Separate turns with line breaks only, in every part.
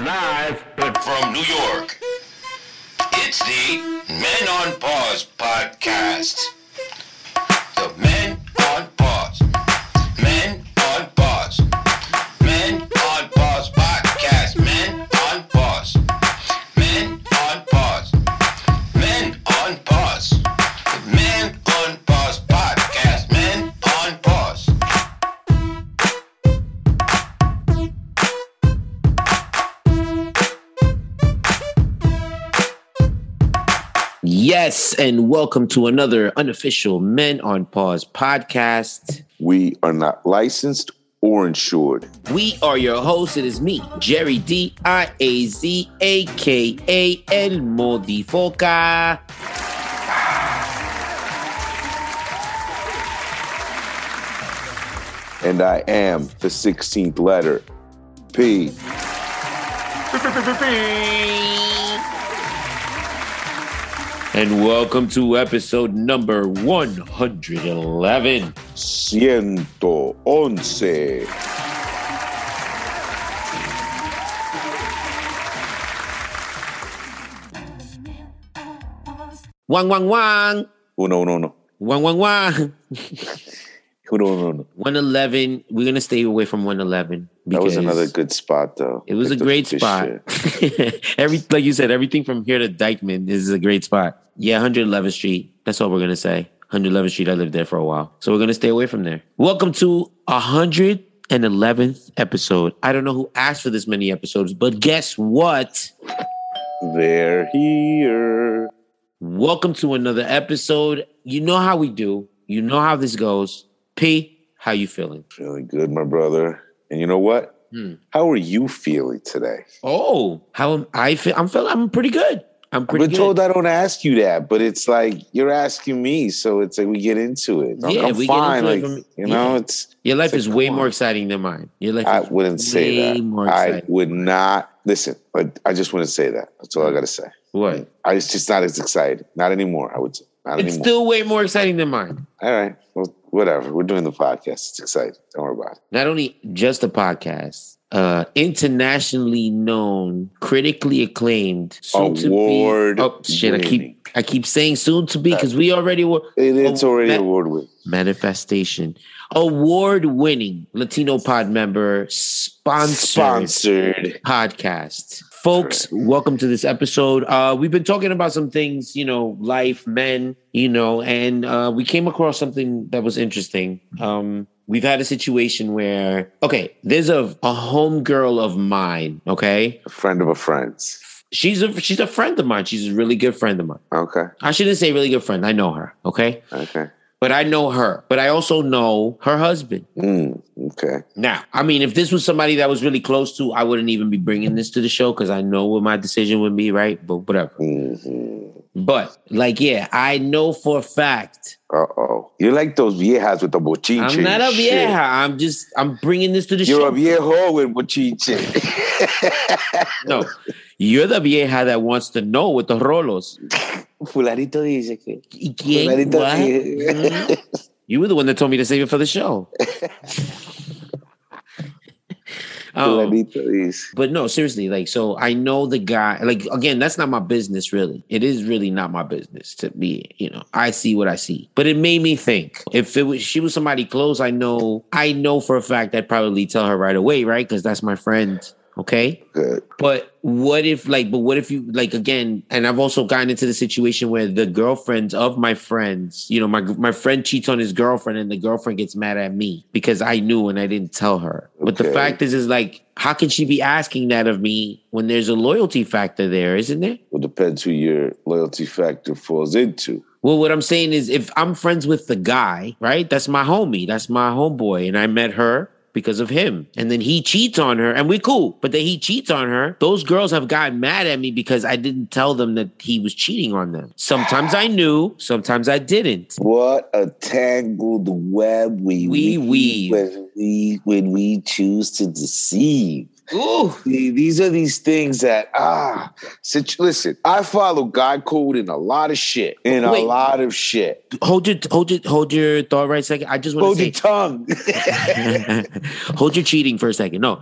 live, but
from New York. It's the Men on Pause podcast. The Men on Pause. Men on Pause. Men on Pause podcast. Men on Pause. Men on Pause. Men on Pause. The Men on Pause podcast. Men on Pause.
Yes, and welcome to another unofficial Men on Pause podcast.
We are not licensed or insured.
We are your hosts. It is me, Jerry D I A Z A K A El Modifoca.
And I am the 16th letter P.
And welcome to episode number 111.
Ciento once.
Wang, wang, wang.
Uno, uno, uno.
Wang, wang, wang.
Uno, uno, uno.
111. We're going to stay away from 111.
That was
because-
another good spot, though.
It was a
Picked up
great
this
spot.
shit.
Every like you said, everything from here to Dykeman is a great spot. Yeah, 111th Street. That's all we're gonna say. 111th Street. I lived there for a while, so we're gonna stay away from there. Welcome to 111th episode. I don't know who asked for this many episodes, but guess what?
They're here.
Welcome to another episode. You know how we do. You know how this goes. P, how you feeling?
Feeling good, my brother. And you know what?
Hmm.
How are you feeling today?
Oh, how am I? Feel, I'm feeling. I'm pretty good. I'm
I've
pretty
been
good.
told I don't ask you that, but it's like you're asking me, so it's like we get into it. Like,
Yeah,
I'm
we get
fine.
into it
like,
from-
you
yeah.
know, it's
Your life
Say,
is way
come
more
on.
exciting than mine. Your life.
I
is
wouldn't say
way
that.
More
I
exciting.
would not listen. But I just wouldn't say that. That's all I gotta say.
What?
I it's just not as excited. Not anymore. I would say. Not
It's
anymore.
still way more exciting than mine.
all right. Well, whatever. We're doing the podcast. It's exciting. Don't worry about it.
Not only just a podcast, uh, internationally known, critically acclaimed, soon
Award
to be. Oh shit! I
winning.
keep I keep saying soon to be because we already were
It- it's
Oh,
already
that-
award winning.
manifestation award winning Latino pod member sponsored
Sponsored.
podcast. Folks, welcome to this episode. Uh, we've been talking about some things, you know, life, men, you know, and uh, we came across something that was interesting. Um, we've had a situation where, okay, there's a, a homegirl of mine, okay?
A friend of a friend's.
She's a she's a friend of mine. She's a really good friend of mine.
Okay.
I shouldn't say really good friend. I know her, okay?
Okay.
But I know her. But I also know her husband.
Mm, okay.
Now, I mean, if this was somebody that was really close to, I wouldn't even be bringing this to the show because I know what my decision would be, right? But whatever.
hmm
But like, yeah, I know for a fact
Uh oh. You're like those viejas with the bochinche.
I'm not a
shit.
vieja. I'm just I'm bringing this to the
You're
show.
a viejo with bochinche.
no, you're the vieja that wants to know what the rolos.
Fulanito dice que.
Y quién,
Fulanito
what?
dice-
Mhm. You were the one that told me to save it for the show. Um,
Fulanito dice.
But no, seriously, like, so I know the guy, like, again, that's not my business, really. It is really not my business to be, you know, I see what I see. But it made me think if it was, she was somebody close, I know, I know for a fact I'd probably tell her right away, right? Because that's my friend. Okay.
Good.
But what if, like, but what if you, like, again, and I've also gotten into the situation where the girlfriends of my friends, you know, my my friend cheats on his girlfriend, and the girlfriend gets mad at me because I knew and I didn't tell her. But the
Okay.
fact is, is like, how can she be asking that of me when there's a loyalty factor there, isn't there?
Well, depends who your loyalty factor falls into.
Well, what I'm saying is, if I'm friends with the guy, right? That's my homie, that's my homeboy, and I met her because of him, and then he cheats on her, and we cool. But then he cheats on her. Those girls have gotten mad at me because I didn't tell them that he was cheating on them. Sometimes I knew, sometimes I didn't.
What a tangled web we,
We weave.
when we when we choose to deceive.
Ooh.
The- these are these things that ah. sit- listen, I follow God code in a lot of shit, in
Wait.
a lot of shit.
Hold your hold your hold your thought right second. I just want
Hold your
to
tongue.
say hold your cheating for a second. No.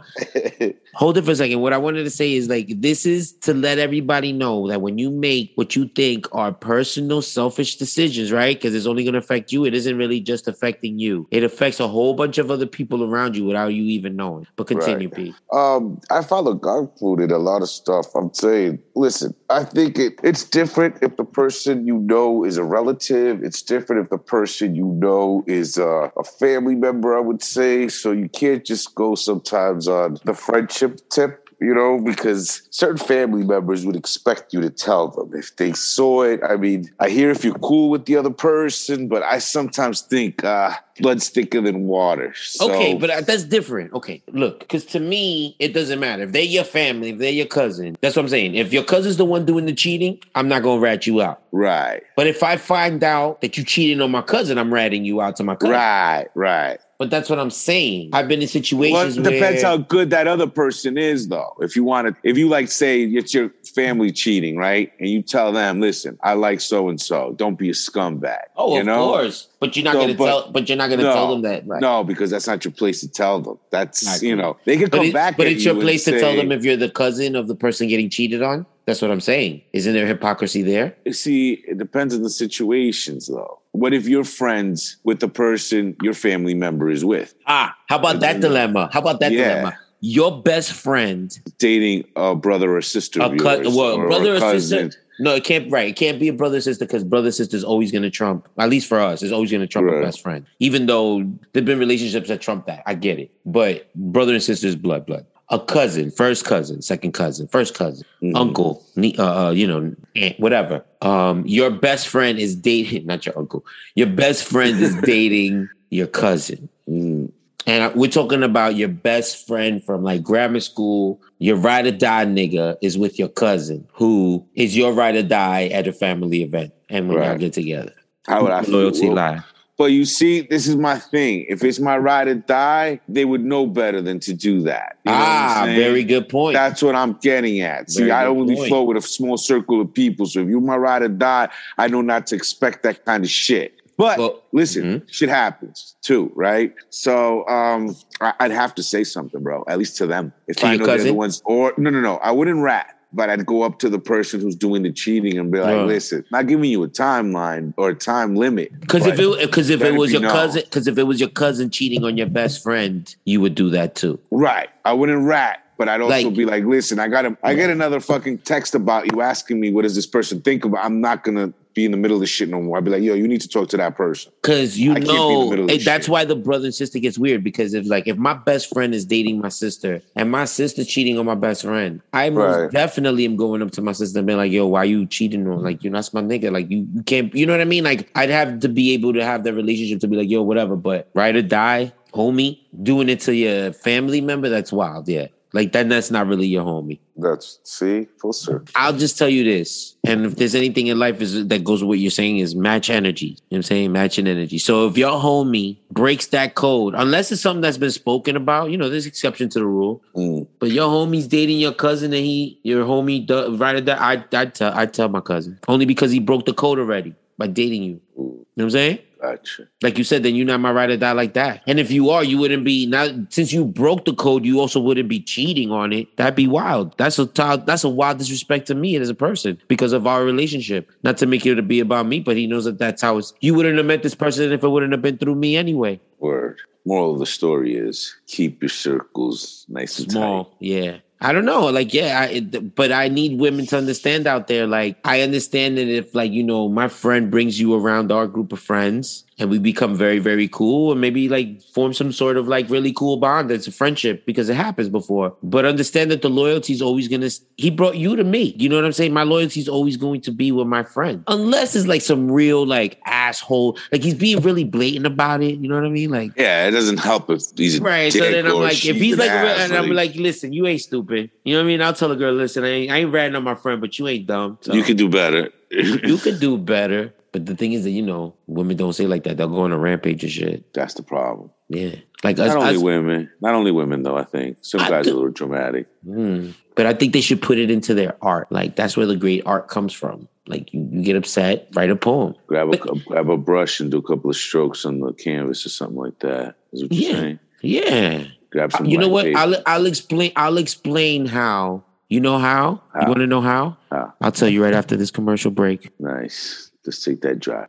Hold it for a second. What I wanted to say is like this is to let everybody know that when you make what you think are personal selfish decisions, right? Because it's only going to affect you. It isn't really just affecting you. It affects a whole bunch of other people around you without you even knowing. But continue, Pete.
Um, I follow God food in a lot of stuff. I'm saying, listen, I think it, it's different if the person you know is a relative. It's different if the person you know is uh, a, a family member, I would say. So you can't just go sometimes on the friendship tip. You know, because certain family members would expect you to tell them if they saw it. I mean, I hear if you're cool with the other person, but I sometimes think uh, blood's thicker than water. So,
Okay, but uh, that's different. Okay, look, because to me, it doesn't matter. If they're your family, if they're your cousin, that's what I'm saying. If your cousin's the one doing the cheating, I'm not going to rat you out.
right,
But if I find out that you cheated on my cousin, I'm ratting you out to my cousin.
right, right.
But that's what I'm saying. I've been in
Well,
situations
it depends
where
how good that other person is, though. If you want to, if you like, say it's your family cheating, right? And you tell them, listen, I like so and so. Don't be a scumbag.
Oh,
you
of
know?
course. But you're not
So,
going to
but-
tell. But you're not going to
No,
tell them that. Right.
No, because that's not your place to tell them.
I
That's
agree.
you know they can
But,
come
it-
back.
but
at
it's
you
your place
and
to tell
say,
them if you're the cousin of the person getting cheated on. That's what I'm saying. Isn't there hypocrisy there?
See, it depends on the situations, though. What if you're friends with the person your family member is with,
Ah, how about that
Mhm.
dilemma? How about that
Yeah.
dilemma? Your best friend
dating a brother or sister
a
of
cut,
yours,
well,
or a
brother or,
cousin?
sister. No, it can't. Right, it can't be a brother or sister because brother or sister is always going to trump. At least for us, it's always going to trump our
Right.
best friend. Even though there've been relationships that trump that, I get it. But brother and sister is blood, blood. A cousin, first cousin, second cousin, first cousin,
Mhm.
uncle, nie- uh, uh, you know, aunt, whatever. Um, your best friend is dating not your uncle. Your best friend is dating your cousin.
Mm.
And I- we're talking about your best friend from like grammar school. Your ride or die nigga is with your cousin, who is your ride or die at a family event. And when y'all
Right.
get together,
How would I feel?
loyalty
Well,
lie.
But you see, this is my thing. If it's my ride or die, they would know better than to do that. You know what I'm
Ah,
saying?
very good point.
That's what I'm getting at. See,
Very
I
good
only
point.
flow with a small circle of people. So if you're my ride or die, I know not to expect that kind of shit. But
Well,
listen,
mhm.
shit happens too, right? So um, I- I'd have to say something, bro. At least to them, if
To
I
your
know they're the
cousin?
ones. Or no, no, no. I wouldn't rat. But I'd go up to the person who's doing the cheating and be like,
Uh.
"Listen, not giving you a timeline or a time limit,
Because if it because if
Let
it
it
was
be
your
known.
cousin because if it was your cousin cheating on your best friend, you would do that too.
Right. I wouldn't rat, but I'd also
Like-
be like, listen, I got a, I get another fucking text about you asking me what does this person think about. I'm not gonna be in the middle of this shit no more. I'd be like, yo, you need to talk to that person.
Because you
I can't be in the
know
middle of
eh,
this
that's
shit.
why the brother and sister gets weird. Because if like if my best friend is dating my sister and my sister cheating on my best friend, I most
Right.
definitely am going up to my sister and being like, "Yo, why you cheating on? Like you that's my nigga. Like you, you can't. You know what I mean? Like I'd have to be able to have that relationship to be like, "Yo, whatever." But ride or die, homie, doing it to your family member, that's wild. Yeah, like then that's not really your homie.
That's see, full circle.
I'll just tell you this, and if there's anything in life is that goes with what you're saying is match energy. You know what I'm saying matching energy. So if your homie breaks that code, unless it's something that's been spoken about, you know, there's exception to the rule.
Mm.
But your homie's dating your cousin, and he, your homie, do- right at that, I, I tell, I tell my cousin only because he broke the code already by dating you. You know what I'm saying?
Gotcha.
Like you said, then you're not my ride or die like that. And if you are, you wouldn't be now since you broke the code, you also wouldn't be cheating on it. That'd be wild. That's a ti- that's a wild disrespect to me as a person because of our relationship. Not to make it to be about me, but he knows that that's how it's. You wouldn't have met this person if it wouldn't have been through me anyway.
Word. Moral of the story is keep your circles nice and
Small,
tight.
yeah. I don't know, like yeah, I, it, but I need women to understand out there. Like I understand that if like you know my friend brings you around our group of friends and we become very very cool and maybe like form some sort of like really cool bond that's a friendship because it happens before. But understand that the loyalty is always gonna. s- He brought you to me. You know what I'm saying? My loyalty is always going to be with my friend, unless it's like some real like asshole. Like he's being really blatant about it. You know what I mean? Like
Yeah, it doesn't help if he's a
Right. So
dick
then I'm
or
like, if
she's
he's
an
like, a real-
ass,
and I'm like, listen, you ain't stupid. You know what I mean? I'll tell a girl, listen, I ain't, I ain't ratting on my friend, but you ain't dumb. So
you could do better.
you could do better. But the thing is that you know, women don't say like that. They'll go on a rampage and shit.
That's the problem.
Yeah. Like us,
Not only
us-
women, not only women though. I think some
I
guys
do-
are a little dramatic.
Mm. But I think they should put it into their art. Like that's where the great art comes from. Like you, you get upset, write a poem.
Grab a
But-
grab a brush and do a couple of strokes on the canvas or something like that. Is what you're
Yeah.
saying?
Yeah.
Grab some.
you know
blank
what?
paper.
I'll I'll explain I'll explain how. You know how?
How?
You want to know how?
How?
I'll tell you right after this commercial break.
Nice. Let's take that drive.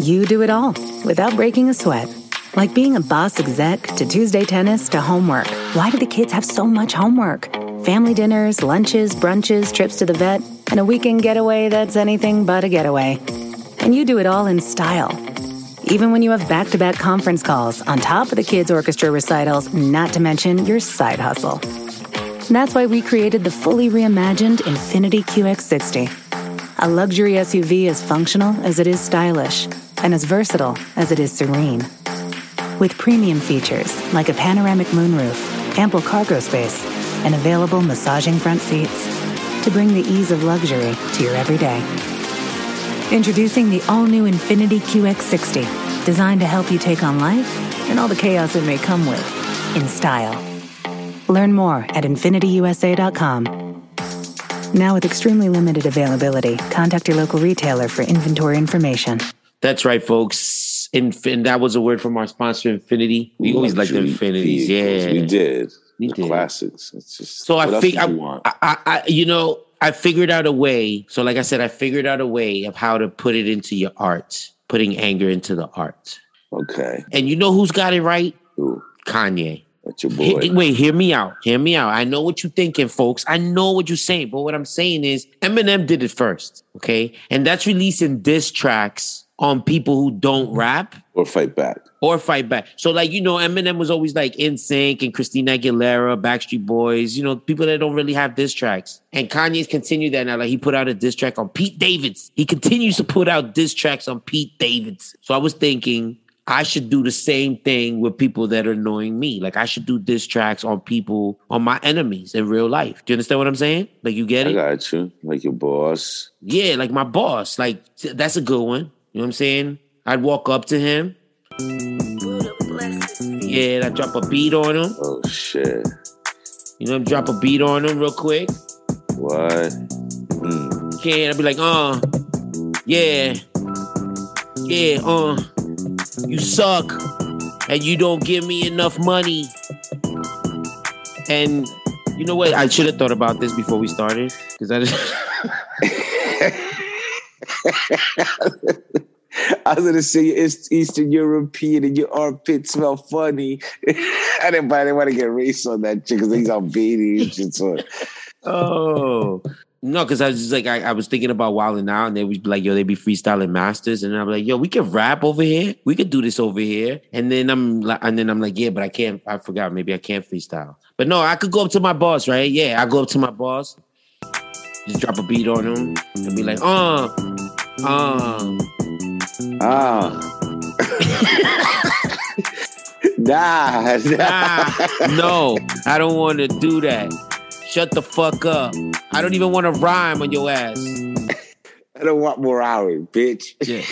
You do it all without breaking a sweat. Like being a boss exec to Tuesday tennis to homework. Why do the kids have so much homework? Family dinners, lunches, brunches, trips to the vet, and a weekend getaway that's anything but a getaway. And you do it all in style. Even when you have back to back conference calls on top of the kids' orchestra recitals, not to mention your side hustle. And that's why we created the fully reimagined Infinity QX60. A luxury SUV as functional as it is stylish and as versatile as it is serene. With premium features like a panoramic moonroof, ample cargo space, and available massaging front seats to bring the ease of luxury to your everyday. Introducing the all new Infinity QX60, designed to help you take on life and all the chaos it may come with in style. Learn more at infinityusa.com. Now with extremely limited availability, contact your local retailer for inventory information.
That's right, folks. Infin- that was a word from our sponsor, Infinity. We always like the
Luxury
infinities.
vehicles.
Yeah.
we did.
We
The
did.
classics. It's just,
So I
what else
think
did
I,
you want?
I, I, I, you know, I figured out a way. So, like I said, I figured out a way of how to put it into your art, putting anger into the art.
okay,
And you know who's got it right?
Ooh,
Kanye.
that's your
He-
boy.
wait, hear me out. Hear me out. I know what you're thinking, folks. I know what you're saying. But what I'm saying is Eminem did it first. Okay. And that's releasing diss tracks on people who don't rap
or fight back.
or fight back. So, like, you know, Eminem was always like In Sync and Christina Aguilera, Backstreet Boys, you know, people that don't really have diss tracks. And Kanye's continued that now. Like, he put out a diss track on Pete Davids. He continues to put out diss tracks on Pete Davids. So, I was thinking, I should do the same thing with people that are annoying me. Like, I should do diss tracks on people, on my enemies in real life. Do you understand what I'm saying? Like, you get
I
it?
got you. Like your boss.
Yeah, like my boss. Like th- that's a good one. You know what I'm saying? I'd walk up to him. Yeah, and I drop a beat on him.
Oh shit.
You know, drop a beat on him real quick.
What? Mm.
Yeah, I'd be like, uh, yeah, yeah, uh, you suck, and you don't give me enough money. And you know what? I should have thought about this before we started, because I just.
I was gonna say it's Eastern European and your armpit smell funny.
I didn't, but I didn't want to get race on that chick because he's Albanian. shit, so-
Oh no, because I was just like I, I was thinking about wilding out, and they would be like, "Yo, they be freestyling masters," and I'm like, "Yo, we can rap over here. We could do this over here." And then I'm like, and then I'm like, "Yeah, but I can't. I forgot. Maybe I can't freestyle." But no, I could go up to my boss, right? Yeah, I go up to my boss, just drop a beat on him, and be like, "Uh, uh,
Ah. nah, nah.
nah, ah, no, I don't want to do that. Shut the fuck up. I don't even want to rhyme on your ass."
I don't want more hours, bitch.
Yeah.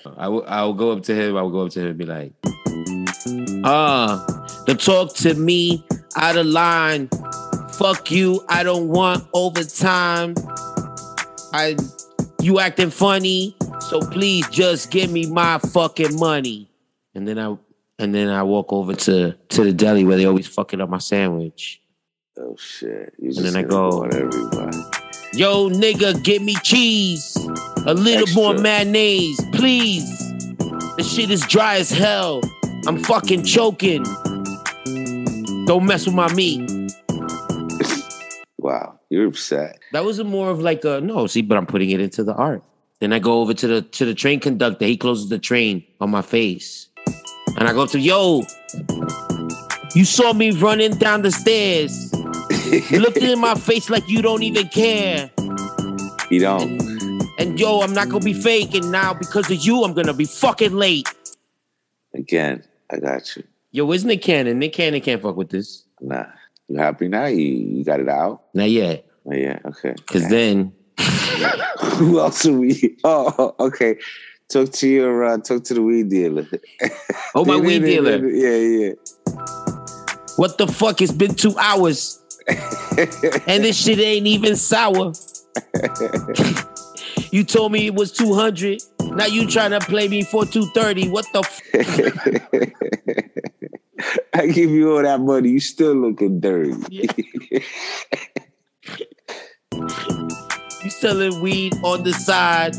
I will I will go up to him. I will go up to him and be like, uh, the talk to me out of line. Fuck you. I don't want overtime. I you acting funny. So please just give me my fucking money. And then I and then I walk over to to the deli where they always fucking up my sandwich.
Oh shit. You
then I
gonna
go-
on everybody.
Yo, nigga, give me cheese. A little
Extra.
more mayonnaise, please. This shit is dry as hell. I'm fucking choking. Don't mess with my meat.
Wow, you're upset.
That was a more of like a no, see, but I'm putting it into the art. Then I go over to the to the train conductor. He closes the train on my face. And I go to yo, you saw me running down the stairs. You looked in my face like you don't even care.
You don't.
And yo, I'm not gonna be
Mm.
fake. And now because of you, I'm gonna be fucking late.
Again, I got you.
Yo, isn't it Cannon? Nick Cannon can't fuck with this.
Nah. You happy now? You, you got it out?
Not yet.
Oh, yeah, okay.
Cause then
Who else are we? Oh, okay. Talk to your uh, talk to the weed dealer.
Oh, my weed dealer.
Yeah, yeah.
What the fuck? It's been two hours. and this shit ain't even sour. you told me it was 200. Now you trying to play me for 230. What the f-
I give you all that money. You still looking dirty.
You selling weed on the side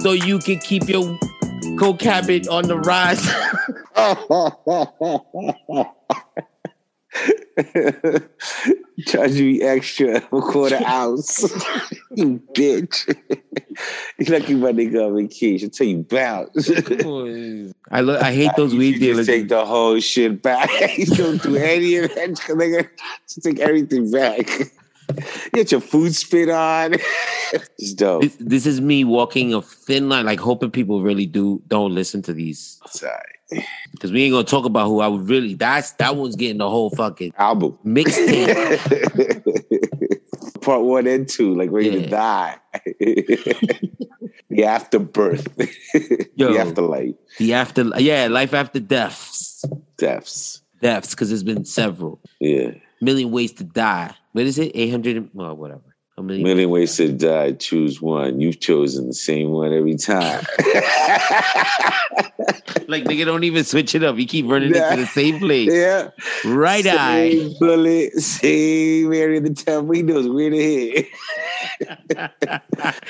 so you can keep your coke habit on the rise.
Charge me extra a quarter ounce. you bitch. you lucky my nigga on vacation. Tell you bounce.
I look. I hate those weed
you
dealers.
just take the whole shit back. you don't do any of that. Nigga. Just take everything back. Get your food spit on. it's dope.
This, this is me walking a thin line, like hoping people really do don't listen to these
It's all right.
because we ain't gonna talk about who I would really. That's that one's getting the whole fucking
Album.
mixtape.
Part one and two, like ready to
Yeah.
die. the afterbirth,
Yo.
the afterlife,
the after, yeah, life after deaths,
deaths.
deaths, because there's been several
Yeah,
million ways to die. What is it? Eight hundred? Well, whatever. A million.
million ways to die. Choose one. You've chosen the same one every time.
Like nigga, don't even switch it up. You keep running
Yeah.
into the same place.
yeah,
Right eye.
Same bullet, same area of the time. He knows where to hit.
At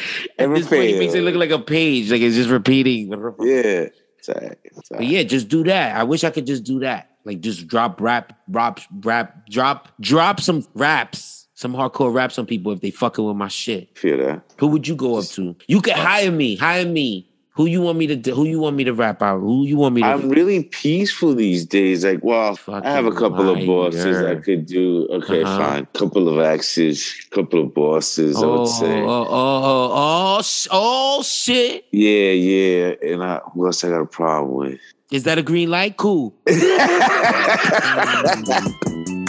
Never
this point, he
fail.
makes it look like a page, like it's just repeating.
Yeah, it's all right. It's all
But
right.
yeah, just do that. I wish I could just do that. Like just drop rap, rap, rap, drop, drop some raps, some hardcore raps on people if they fucking with my shit.
Feel that?
Who would you go up to? You could hire me, hire me. Who you want me to? do- Who you want me to rap out? Who you want me to?
I'm really peaceful these days. Like, well, I have a
Fucking
couple of bosses
liar.
I could do. Okay,
Uh-huh.
fine. Couple of axes, couple of bosses. I
oh,
would say,
oh, oh, oh, oh, sh- oh, shit!
yeah, yeah. And I, who else I got a problem with?
Is that a green light? Cool.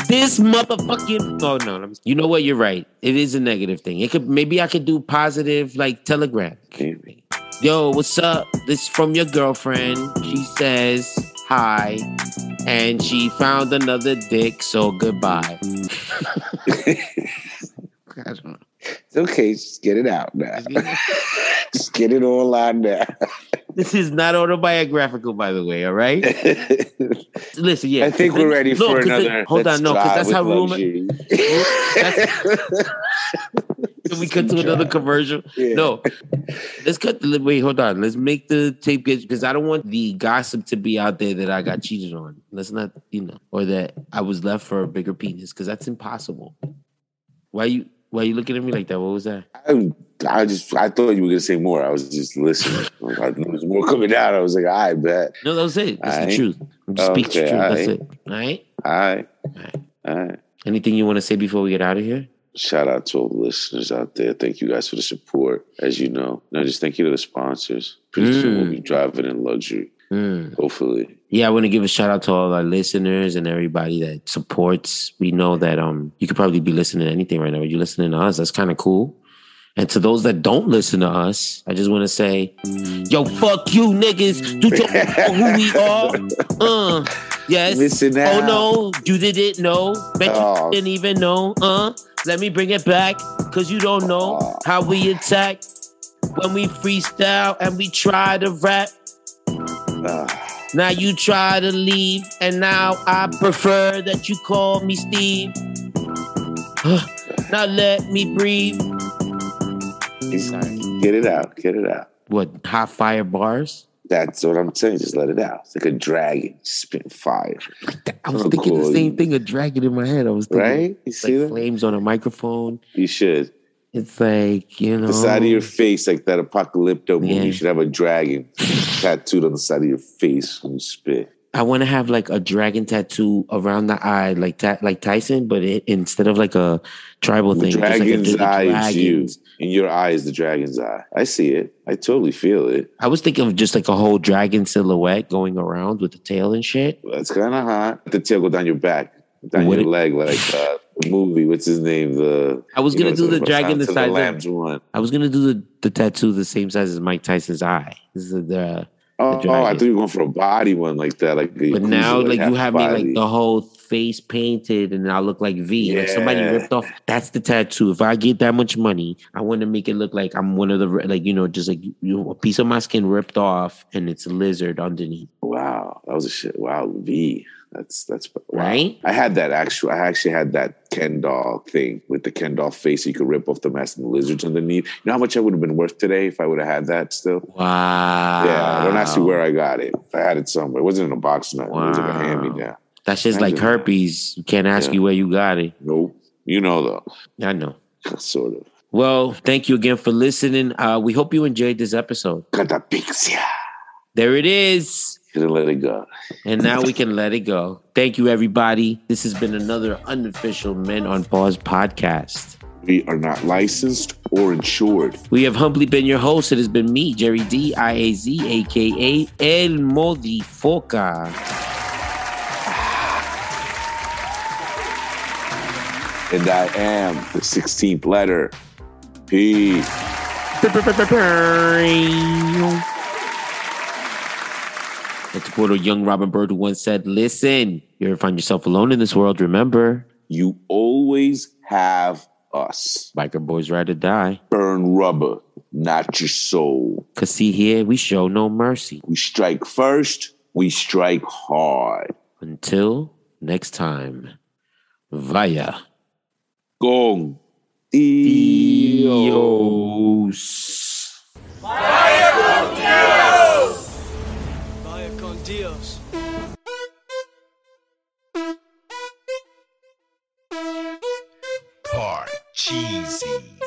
this motherfucking oh no, let me- you know what? You're right. It is a negative thing. It could maybe I could do positive like Telegram.
Maybe.
Yo, what's up? This is from your girlfriend. She says hi, and she found another dick. So goodbye.
It's okay. Just get it out now. just get it all out now.
This is not autobiographical, by the way. All right. Listen, yeah.
I think we're ready
No,
for
'cause it-
another.
hold on, no, because that's how rumor.
rumor.
Can we cut to another commercial?
Yeah.
No, let's cut. The, wait, hold on. Let's make the tape get because I don't want the gossip to be out there that I got cheated on. Let's not, you know, or that I was left for a bigger penis because that's impossible. Why you? Why you looking at me like that? What was that?
I, I just I thought you were gonna say more. I was just listening. I knew there was more coming out. I was like, I bet.
No, that was it. That's the
Aight.
truth. I'm just speaking the
Okay,
truth. That's
aight.
it. All right.
All right. All right.
Anything you want to say before we get out of here?
Shout out to all the listeners out there. Thank you guys for the support. As you know, no, just thank you to the sponsors. Pretty soon we'll be driving in luxury.
Mm.
Hopefully,
Yeah, I want to give a shout out to all our listeners and everybody that supports. We know that um you could probably be listening to anything right now. You're listening to us. That's kind of cool. And to those that don't listen to us, I just want to say, yo, fuck you niggas. You don't know who we are. Uh, yes.
Listen
oh
out.
no, you didn't know. Bet
Oh.
you didn't even know. Uh, let me bring it back because you don't know
Oh.
how we attack when we freestyle and we try to rap.
Ah,
Now you try to leave, and now I prefer that you call me Steve. now let me breathe.
get it out. Get it out.
What hot fire bars?
That's what I'm saying. Just let it out. It's like a dragon spit fire,
I was
Oh,
thinking
cool.
the same thing, a dragon in my head. I was thinking
right? You
it's
see
like
that?
flames on a microphone.
You should.
It's like you know
The side of your face, like that apocalypto movie,
Yeah.
you should have a dragon tattooed on the side of your face when you spit.
I want to have like a dragon tattoo around the eye, like ta- like Tyson, but it, instead of like a tribal
The
thing, just like a
dragon's
dra-
eye is you.
dragons.
In your eye is the dragon's eye. I see it. I totally feel it.
I was thinking of just like a whole dragon silhouette going around with the tail and shit.
That's kind of hot. The tail go down your back, down
What
your
it-
leg, like uh, the movie. What's his name? The
I was
you
gonna
know,
do the
from
dragon
Fountain
the
of
size of-
lambs one.
I was gonna do the, the tattoo the same size as Mike Tyson's eye. This is the
Oh,
dragon.
oh, I thought you were going for a body one like that. Like the
but
Yakuza,
now like
half
you have me
body.
like the whole face painted and I look like V. Like somebody
Yeah.
ripped off that's the tattoo. If I get that much money, I want to make it look like I'm one of the re- like you know, just like you- you, a piece of my skin ripped off and it's a lizard underneath.
Wow, that was a shit. Wow, V. That's that's wow.
Right?
I had that actual. I actually had that Ken doll thing with the Ken doll face. You could rip off the mask and the lizards underneath. You know how much I would have been worth today if I would have had that still.
Wow.
Yeah, I don't ask you where I got it. I had it somewhere. It wasn't in a box. Nothing. It was like a
Wow.
hand me down.
That's just like
Imagine that.
herpes. You can't ask
Yeah.
you where you got it.
Nope. You know though,
I know.
sort of.
Well, thank you again for listening. Uh, we hope you enjoyed this episode.
Catapixia.
There it is.
Couldn't let it go.
And now we can let it go. Thank you, everybody. This has been another unofficial Men on Pause podcast.
We are not licensed or insured.
We have humbly been your host. It has been me, Jerry D, I A Z, aka El Modifoca.
And I am the 16th letter. Peace.
And to quote a young Robin Bird who once said, Listen, you ever find yourself alone in this world, remember,
You always have us.
biker boys ride or die.
Burn rubber, not your soul.
Cause see here, we show no mercy.
We strike first, we strike hard.
Until next time, via.
Gong. Dio.
Dios.
Vaya con Dios.
Parcheesi.